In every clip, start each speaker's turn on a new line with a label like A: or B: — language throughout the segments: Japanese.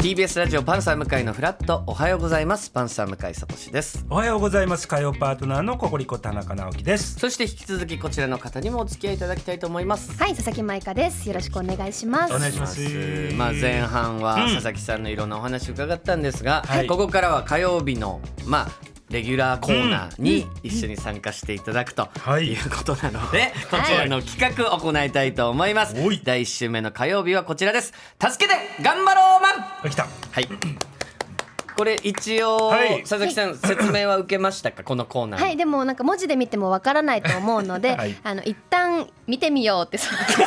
A: TBS ラジオパンサー向井のフラットおはようございますパンサー向井聡です
B: おはようございます火曜パートナーのココリコ田中直 樹です
A: そして引き続きこちらの方にもお付き合いいただきたいと思います
C: はい、佐々木舞香です。よろしくお願いします。
B: お願いします
A: まあ前半は
B: うん
A: 佐々木さんのいろんなお話伺ったんですが、
B: はい
A: ここからは火曜日のまあレギュラーコーナーに一緒に参加していただくと
B: はい
A: いうことなので、こちらの企画を行いたいと思います、
B: おい
A: 第1週目の火曜日はこちらです助けて頑張ろうマン
B: あ来た
A: はい。これ一応、
B: はい
A: 佐々木さん説明は受けましたかこのコーナー。
C: はい、でもなんか文字で見てもわからないと思うので、
B: はい
C: あの一旦見てみようってそう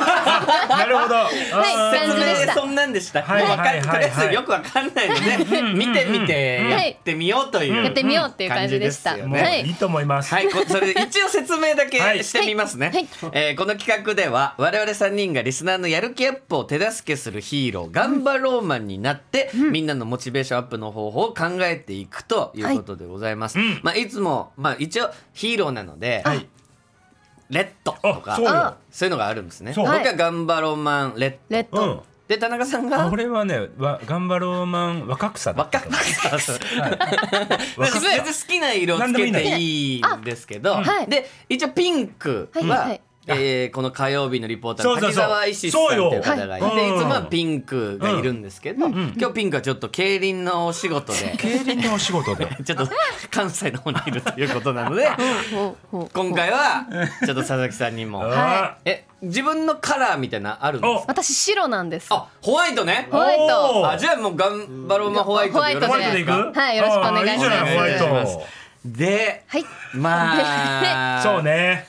B: なるほど
C: はい
B: あー
C: 感じでした
A: そんなんでした。
B: はい
A: もうわかん
B: はいはいはい
A: とりあえずよくわかんないので、見てみてやってみようという、
C: やってみようっていう感じでした。
A: 感じですよ
B: も
A: ね
C: は
B: うい
C: い
B: い。と思います
A: はい、こそれで一応説明だけ
B: はい
A: してみますね、
C: はい
A: えーこの企画では我々3人がリスナーのやる気アップを手助けするヒーロー頑張ろうマンになって、みんなのモチベーションアップの方法を考えていくということでございます、
B: はいいうん
A: まあ、いつも、まあ、一応ヒーローなので、
B: はい
A: レッドとか
B: あそうよ
C: あ
A: そういうのがあるんですね
B: そう
A: 僕
C: はい
A: は頑張ろうマンレッド
C: レッ
B: う
C: ド、
B: ん
A: で田中さん
B: あ
A: が
B: 俺はねわ頑張ろうマン若草だ
A: 若くさ
B: 若草
A: 別に好きな色をつけていいんですけど
C: 何でもいいのあはい
A: で一応ピンクは、
C: はいはい
A: えーこの火曜日のリポーターの
B: そうそう
A: 滝
B: そう
A: 沢一志さんという方がいて、
B: そうよはい
A: い、つもはピンクがいるんですけど、今日ピンクはちょっと競輪のお仕事で
B: 競輪のお仕事で
A: ちょっと関西の方にいるということなので
C: ほうほう
A: 今回はちょっと佐々木さんにも
B: あ
A: え自分のカラーみたいなのあるんです
B: お
A: か
C: 私白なんです。
A: あホワイトね
C: ホワイ
B: お
C: ト。
A: あじゃあもう頑張ろうマンホワイトでよろ
B: ホ
A: し
B: ワ
A: い
B: イ
A: です
B: トでいく
A: か
C: はいよろしくお願いします
B: あーいじゃないホワイ
A: お願いし
B: ト
A: で
C: はい。
A: まあ
B: そうね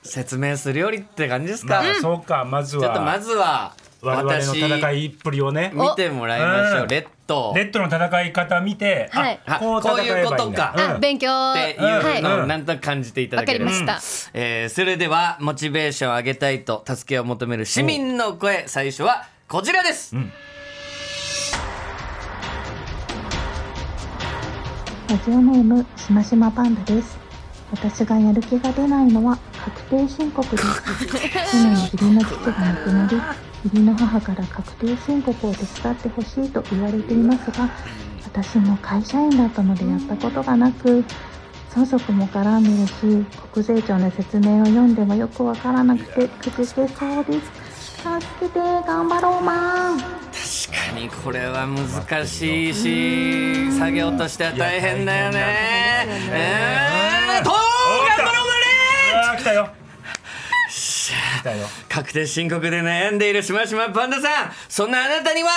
A: 説明するよりって感じですか、
B: まあそうかま
A: ち
B: ず
A: ょっとま
B: は
A: ずは
B: 我々の
A: 私
B: 戦いっぷりをね
A: 見てもらいましょ
B: う
A: うんレッド
B: レッドの戦い方見てあ
C: はい
A: あ
B: こう戦えばいい
A: こういうんこと
B: だ
A: か
B: うん
C: あ、勉強。
A: っていう
C: はい。
A: の
B: う
A: を
B: ん
A: なんとなく感じていただ
C: わか
A: け
C: り
A: れば
C: ま、した。
A: えーそれではモチベーションを上げたいと助けを求める市民の声最初はこちらです、
D: ラジオネームしましまパンダです。私がやる気が出ないのは確定申告です。去年義理の父が亡くなり、義理の母から確定申告を手伝ってほしいと言われていますが、私も会社員だったのでやったことがなく、相続も絡んでるし、国税庁の説明を読んでもよくわからなくて、くじけそうです。助けて、頑張ろうまーん。
A: 確かにこれは難しいし作業としては大変だよね
B: いや大変だね
A: えーと頑張ろうね
B: あー来たよ来たよ
A: 確定申告で悩んでいるしましまパンダさんそんなあなたには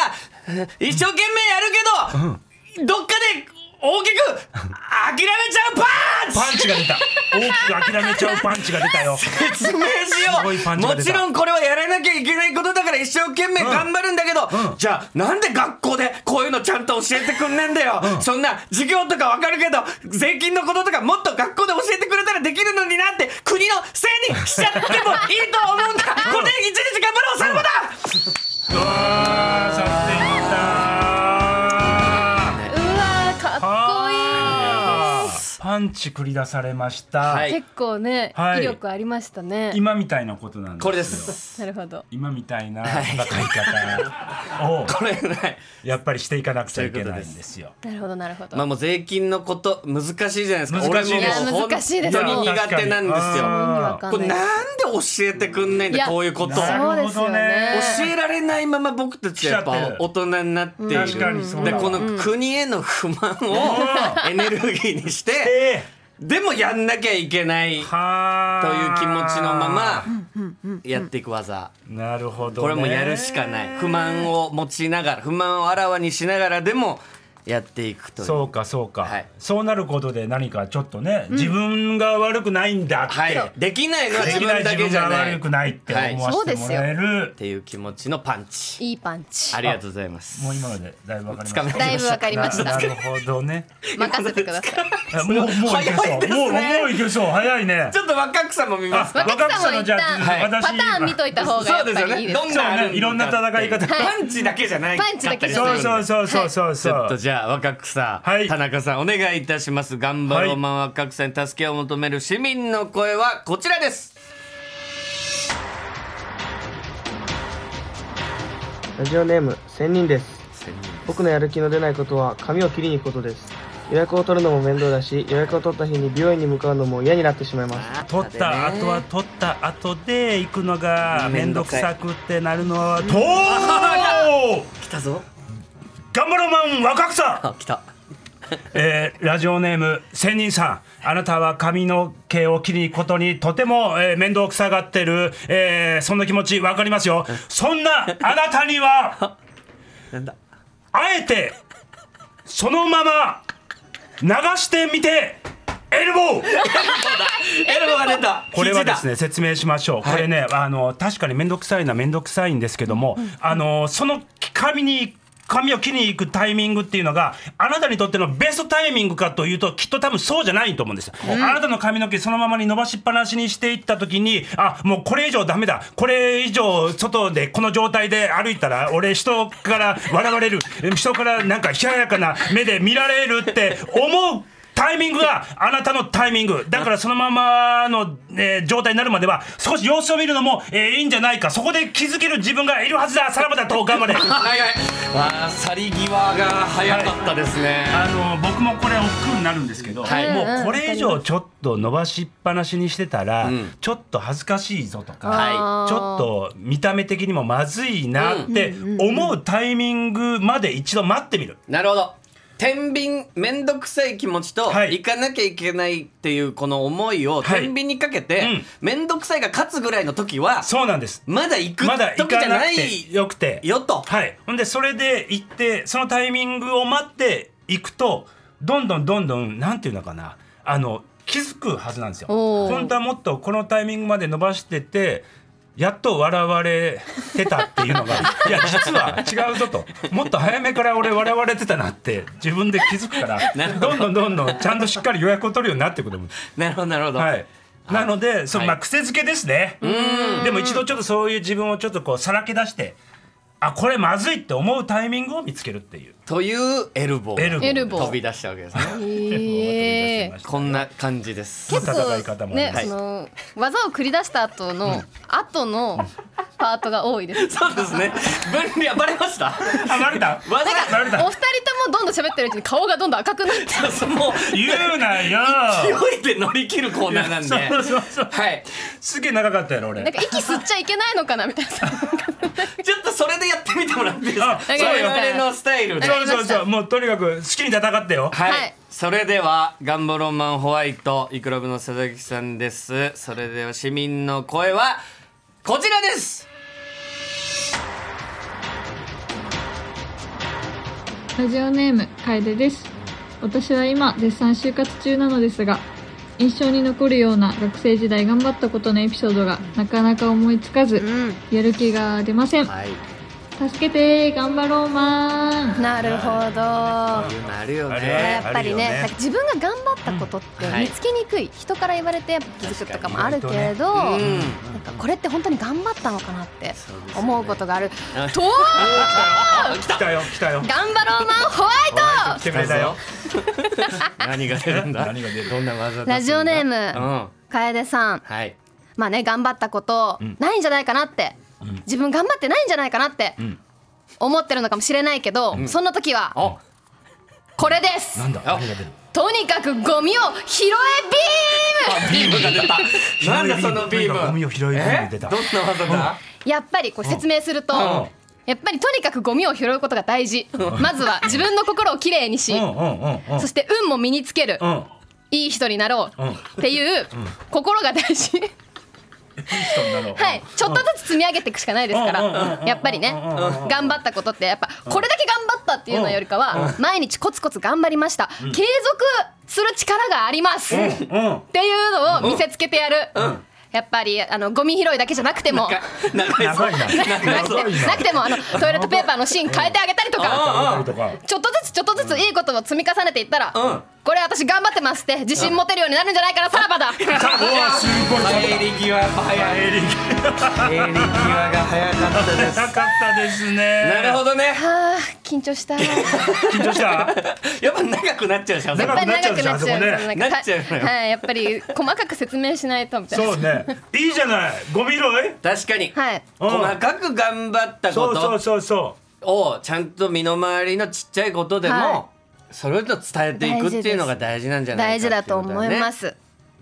A: えー一生懸命やるけど、どっかで大きく諦めちゃうパンチ
B: パンチが出た大きく諦めちゃうパンチが出たよ
A: 説明
B: すごい
A: しよ
B: パ
A: う
B: ンチ
A: も
B: が出た
A: ちろんこれはやらなきゃいけないことだから一生懸命頑張るんだけど、
B: うんうん
A: じゃあなんで学校でこういうのちゃんと教えてくんねんだよ、そんな授業とかわかるけど税金のこととかもっと学校で教えてくれたらできるのになって国のせいにしちゃってもいいと思うんだこれ一日頑張ろうさんまだ、
B: うわー3点いっ
C: うわー、かっ
B: あ
C: こ
B: たパンチ繰り出されました、
A: はい
C: いい。結構ね、
B: はい
C: 威力ありましたね。
B: 今みたいなことなんですよ
A: これです
C: なるほど。
B: 今みたいな戦い方を
A: これない
B: やっぱりしていかなくちゃいけないんですよ
C: なるほど、なるほど。
A: まあもう税金のこと難しいじゃないですか
B: 難しいです
A: 俺ももう
C: いや難しいです
A: 本当に苦手なんです
B: 確
A: よ
B: かに
C: わか
A: こ
C: んな
A: れ
C: い
A: なんで教えてくんない
C: い
A: んだ
C: や
A: こういうことを
C: なるほどそうですよね
A: 教えられないまま僕たちはやっ
B: 来ちゃ
A: ぱ
B: ってる
A: 大人になっている
B: 確かにそうだ
A: で
B: わ
A: この国への不満をエネルギーにして
B: え
A: でもやんなきゃいけない
B: えは
A: と
B: ー
A: いう気持ちのままやっていく技
B: なるほど、ね、
A: これもやるしかない不満を持ちながら不満をあらわにしながらでもやっていくという
B: そうかそうか、
A: はい
B: そうなることで何かちょっとね、自分が悪くないんだって、
A: はい、できないのは
B: で
A: 自
B: きない
A: 分だ
B: 自
A: け
B: 分
A: じゃ
B: が
A: ない
B: 悪
A: っ
B: くないって思わせてもらえる、
A: ていう気持ちのパンチ
C: いいパンチ
A: あ。りがとうございます
B: もう今のでだいぶわかりまし
A: つか
B: た
A: め
C: だいぶわかりまし
B: な
C: た。
B: るほ どね
C: 任せてください。
B: あもうもういけ
A: 早いで
B: そ
A: す
B: う
A: ね
B: もうもういけそう早い ね
A: ちょっと若草も見ますか
C: 若
B: 若
C: 草
B: 草
C: も
B: の
C: 一
B: じゃ
C: 旦
B: あ
A: はい
C: パ
B: 私
C: ターン見といた方がやっぱりいいです
A: どんなある
B: そうねいろんな戦い方
A: パンチだけじゃない
C: パンチだけじゃ
B: そ
C: な
B: う
C: い
B: そうそうそうそう
A: ち
B: そう、
A: ょっとじゃあ若草、
B: はい
A: 田中さんお願いいたします頑張ろうマン若草に助けを求める市民の声はこちらです
E: ラジオネーム千人です千人です
F: 僕のやる気の出ないことは髪を切りに行くことです予約を取るのも面倒だし予約を取った日に美容院に向かうのも嫌になってしまいます
B: 取った後は取った後で行くのが
A: めん
B: 面
A: ど
B: 倒
A: く
B: く
A: さい
B: さくってなるのはとー
A: 来たぞ
B: 頑張ろうマン若草、
A: あ来た
B: えー、ラジオネーム仙人さんあなたは髪の毛を切りに行くことにとても、えー、面倒くさがってる、えー、そんな気持ちわかりますよそんなあなたには
A: なんだ
B: あえてそのまま流してみてエルボ
A: エ
B: ー
A: ルボが出た
B: これはです
A: ね
B: ね説明しましょう、これねあの確かに面倒くさいのは面倒くさいんですけども、あのその髪に髪を切りに行くタイミングっていうのがあなたにとってのベストタイミングかというときっと多分そうじゃないと思うんです、あなたの髪の毛そのままに伸ばしっぱなしにしていった時にあもうこれ以上ダメだこれ以上外でこの状態で歩いたら俺人から笑われる人からなんか冷ややかな目で見られるって思うタイミングがあなたのタイミングだからそのままの、えー状態になるまでは少し様子を見るのも、えーいいんじゃないかそこで気づける自分がいるはずださらばだと頑張れあ
A: はいはいあー去り際が早かったですね、
B: の僕もこれ億劫になるんですけど、
A: はい
B: もうこれ以上ちょっと伸ばしっぱなしにしてたら、
A: ん
B: ちょっと恥ずかしいぞとか。
A: はい
C: あー
B: ちょっと見た目的にもまずいなって思うタイミングまで一度待ってみる。
A: なるほど天秤めんどくさい気持ちと、
B: は
A: 行
B: い
A: かなきゃいけないっていうこの思いを
B: はい
A: 天秤にかけて、
B: うん
A: めんどくさいが勝つぐらいの時は
B: そうなんです。
A: まだ行く
B: まだ行
A: 時じ
B: か
A: ゃ
B: な
A: な
B: くて
A: い
B: よくて。
A: よと、
B: はい、ほんでそれで行ってそのタイミングを待っていくとどんどんどんどんなんていうのかなあの気づくはずなんですよ。
C: おー
B: 本当はもっとこのタイミングまで伸ばしててやっと笑われてたっていう のがいや実は違うぞともっと早めから俺笑われてたなって自分で気づくから
A: なるほど
B: どんどんどんどんちゃんとしっかり予約を取るようになってくると思う
A: なるほどなるほど、
B: はい。なので、そ
A: は
B: の
A: い
B: まあ癖づけですね。でも一度ちょっとそういう自分をちょっとこうさらけ出して、あこれまずいって思うタイミングを見つけるっていう。
A: というエルボー
B: エルボー
C: エルボー
A: 飛び出したわけですね
C: へー
A: こんな感じです
B: 結
C: そう
B: 戦い方も
C: ね、
B: はい
C: その技を繰り出した後の後のパートが多いです。
A: そうですね分離はバレました
B: あバレた。
A: わざ
B: バ
C: お
B: レ
C: 二人
B: た。
C: ともどんどん喋ってるうちに顔がどんどん赤くなって
A: もう
B: 言うなよ。
A: 勢いで乗り切るコーナーなんで
B: そうそうそう。
A: はい
B: すげえ長かったやろ俺
C: なん。か息吸っちゃいけないのかなみたい
A: ちょっとそれでやってみてもらっていいですか
B: あ
A: そ
B: そう
A: れ
C: よ
A: 我々のスタイルで
C: わか
B: そ
A: は
B: う
C: りま
A: い、
C: した
B: そうそう。もうとにかく好きに戦ってよ。
C: はい
A: それではガンボロンマンホワイトイクラブの佐々木さんですそれでは市民の声はこちらです
G: ラジオネーム楓です私は今絶賛就活中なのですが印象に残るような学生時代頑張ったことのエピソードがなかなか思いつかず
C: な。
G: やる気が出ません
A: はい
G: 助けて頑張ろうまーん
C: なるほど。
A: あるよ
B: あれ
A: ね
C: やっぱり
B: あるよね
C: ね、なんか自分が頑張ったことって
A: うんはい
C: 見つけにくい、人から言われてやっぱ気づくとかもあるけれど、
A: う
C: なん
A: ん
C: かこれって本当に頑張ったのかなって
A: そうですよね
C: 思うことがある。と、
A: あ来た
B: 来たよ来たよ。
C: 頑張ろうマンホワイ
B: 来てくれたよ。
A: 何が出るんだ
B: 何が出る
A: どんな技だ
C: ト。ラジオネーム、
A: うん
C: 楓さん。
A: はい
C: まあね頑張ったこと
B: ん
C: ないんじゃないかなって、自分頑張ってないんじゃないかなって
B: ん
C: 思ってるのかもしれないけど、そんな時は
A: お
C: これです
B: なんだ
A: あ
B: 何が出る。
C: とにかくゴミを拾えビー
A: ビームが出たなんだそのビー
B: とにかく
A: ム
B: ゴミを拾いビーム出た
A: えどんな技だ
C: ムやっぱりこれ説明すると、
A: うん
C: やっぱりとにかくゴミを拾うことが大事、まずは自分の心をきれいにし、
B: うんうんうんうん。
C: そして運も身につける、
B: うんうん。
C: いい人になろう、
B: うん
C: っていう心が大事
B: 人になろう
C: はい、ちょっとずつ積み上げていくしかないですか
B: うんうんうんう
C: ら
B: ん
C: やっぱりね
B: うんうんうん
C: 頑張ったことってやっぱこれだけ頑張ったっていうのよりかは毎日コツコツ頑張りました継続する力がありますっていう
B: うん。
C: のを見せつけてやるやっぱりあのゴミ拾いだけじゃなくても
A: か長いぞ
B: 長いな
A: 長いぞ
B: 長い
C: なくてもあのトイレットペーパーの芯変えてあげたりとか
B: な。とか。
C: ちょっとずつちょっとずついいことを積み重ねていったら
A: うん
C: これ私頑張ってますって自信持てるようになるんじゃないかなさらばだ
B: さあうわすごい。
A: 帰り際やっぱ早い
B: エリッ
A: 帰り際が早かったです
B: なかったですね。
A: なるほどね
C: あー緊張した。
B: 緊張した。
A: やっぱ長くなっちゃうしゃべ
C: やっぱり長くなっちゃう
B: 長くなっちゃう
A: そこ
B: でしょあ
A: ね
C: んか
A: なっちゃうのよ
C: はいやっぱり細かく説明しないとみたいな
B: そうね。いいじゃない。ゴミ拾い。
A: 確かに
C: はい
B: うん
A: 細かく頑張ったこ
B: そうそう
A: と
B: そうそ
A: をちゃんと身の回りのちっちゃいことでも、
C: は
A: それを伝えていくっていうのが大事なんじゃない
C: 大事
A: かって
C: だ
A: うこと
C: 思いますす。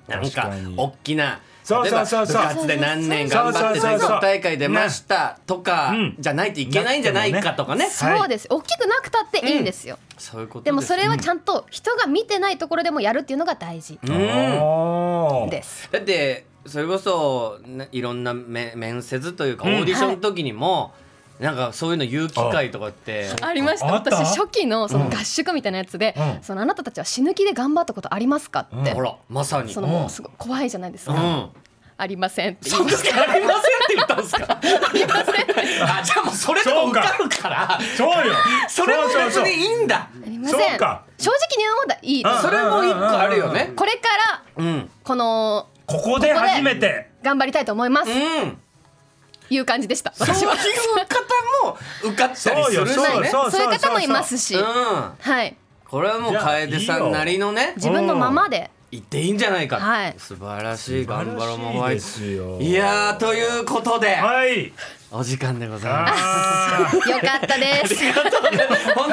A: なん
B: 確
A: か
B: かに
A: 大きな
B: そう
A: 例えば
B: そうそうそう
A: 部活で何年頑張って
B: そうそうそ
A: 全
B: うそう
A: 国大会出ましたとか
B: ね
A: じゃないといけないんじゃないかとかね
B: はい
C: そうです。大きくなくたっていいんですよ。
A: そういうこと
C: でもそれ
A: は
C: はちゃんと人が見てないところでもやるっていうのが大事
B: うん
C: です。
A: だってそれこそないろんなめ面接というかオ
B: うん
A: ーディションの時にも、なんかそういうの言う機会とかって
C: ありました
B: あった
C: 私初期のその合宿みたいなやつで、
B: うん
C: そのあなたたちは死ぬ気で頑張ったことありますかって、
A: ほらまさに
C: そうの
A: ん
C: もうすごい怖いじゃないですか、
A: うん
C: ありませんって言い
A: そん
C: ま
A: な
C: し
A: 時ありませんって言ったんですかありませんあじゃあもうそれでも受かるから
B: そうよ
A: それも
B: うう
A: 別
B: う
A: にいいんだ
C: ありません
B: そうか
C: 正直に言うのがいいで
B: うん
C: す
A: それも一個あるよね
C: これから
A: うんうん
C: この
B: ここで初めて
C: 頑張りたいと思います、いう感じでした
A: そうい
C: 私
A: う
C: は
A: 方も受かったりするし
B: そうよ
A: ね
B: そう
C: そういう方もいますし
A: うん
C: はい
A: これはもう楓さんなりのね
C: 自分のままで
A: 言っていいんじゃないか、
C: はい
A: 素晴らしい頑張ろうも
B: 素晴
A: ま
B: らしい
A: い
B: ですよ
A: いやーということで
B: はい
A: お時間でございます
B: あー
C: よかったです
A: 本当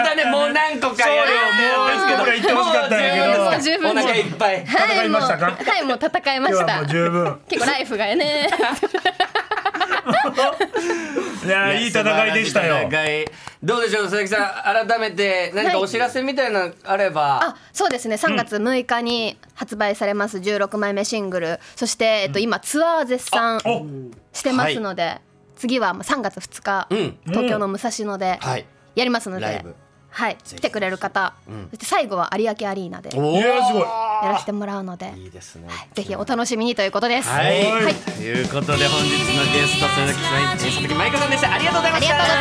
A: はねもう何個かやるよもう
B: そうよもう何個か言ってほしかったんや
C: けど
A: もう十分ですお腹いっぱい
C: は
B: 戦
C: い
B: い
C: もう
B: ましたか
C: はいもう戦いま
B: 今
C: し
B: 日
C: た
B: はもう十分
C: 結構ライフがね
B: いやいい戦いでしたよ
A: 素晴らしい戦いどうでしょう佐々木さん改めて何かお知らせみたいなのあれば、
C: あそうですね3月6日に発売されます16枚目シングルそして、えっと、今ツアー絶賛
B: お
C: してますので、次はまあ3月2日、
A: うん
C: 東京の武蔵野で
A: はい
C: やりますので、
A: ライブ
C: はい、来てくれる方、そして最後は有明アリーナでや
A: お
B: いやすごい
C: らせてもらうので
A: いいいですね
C: ぜひお楽しみにということです。
A: はい、
B: はい
A: ということで本日のゲスト佐々木さん佐々木舞香さんでしたありがとうございました
C: ありがとうございました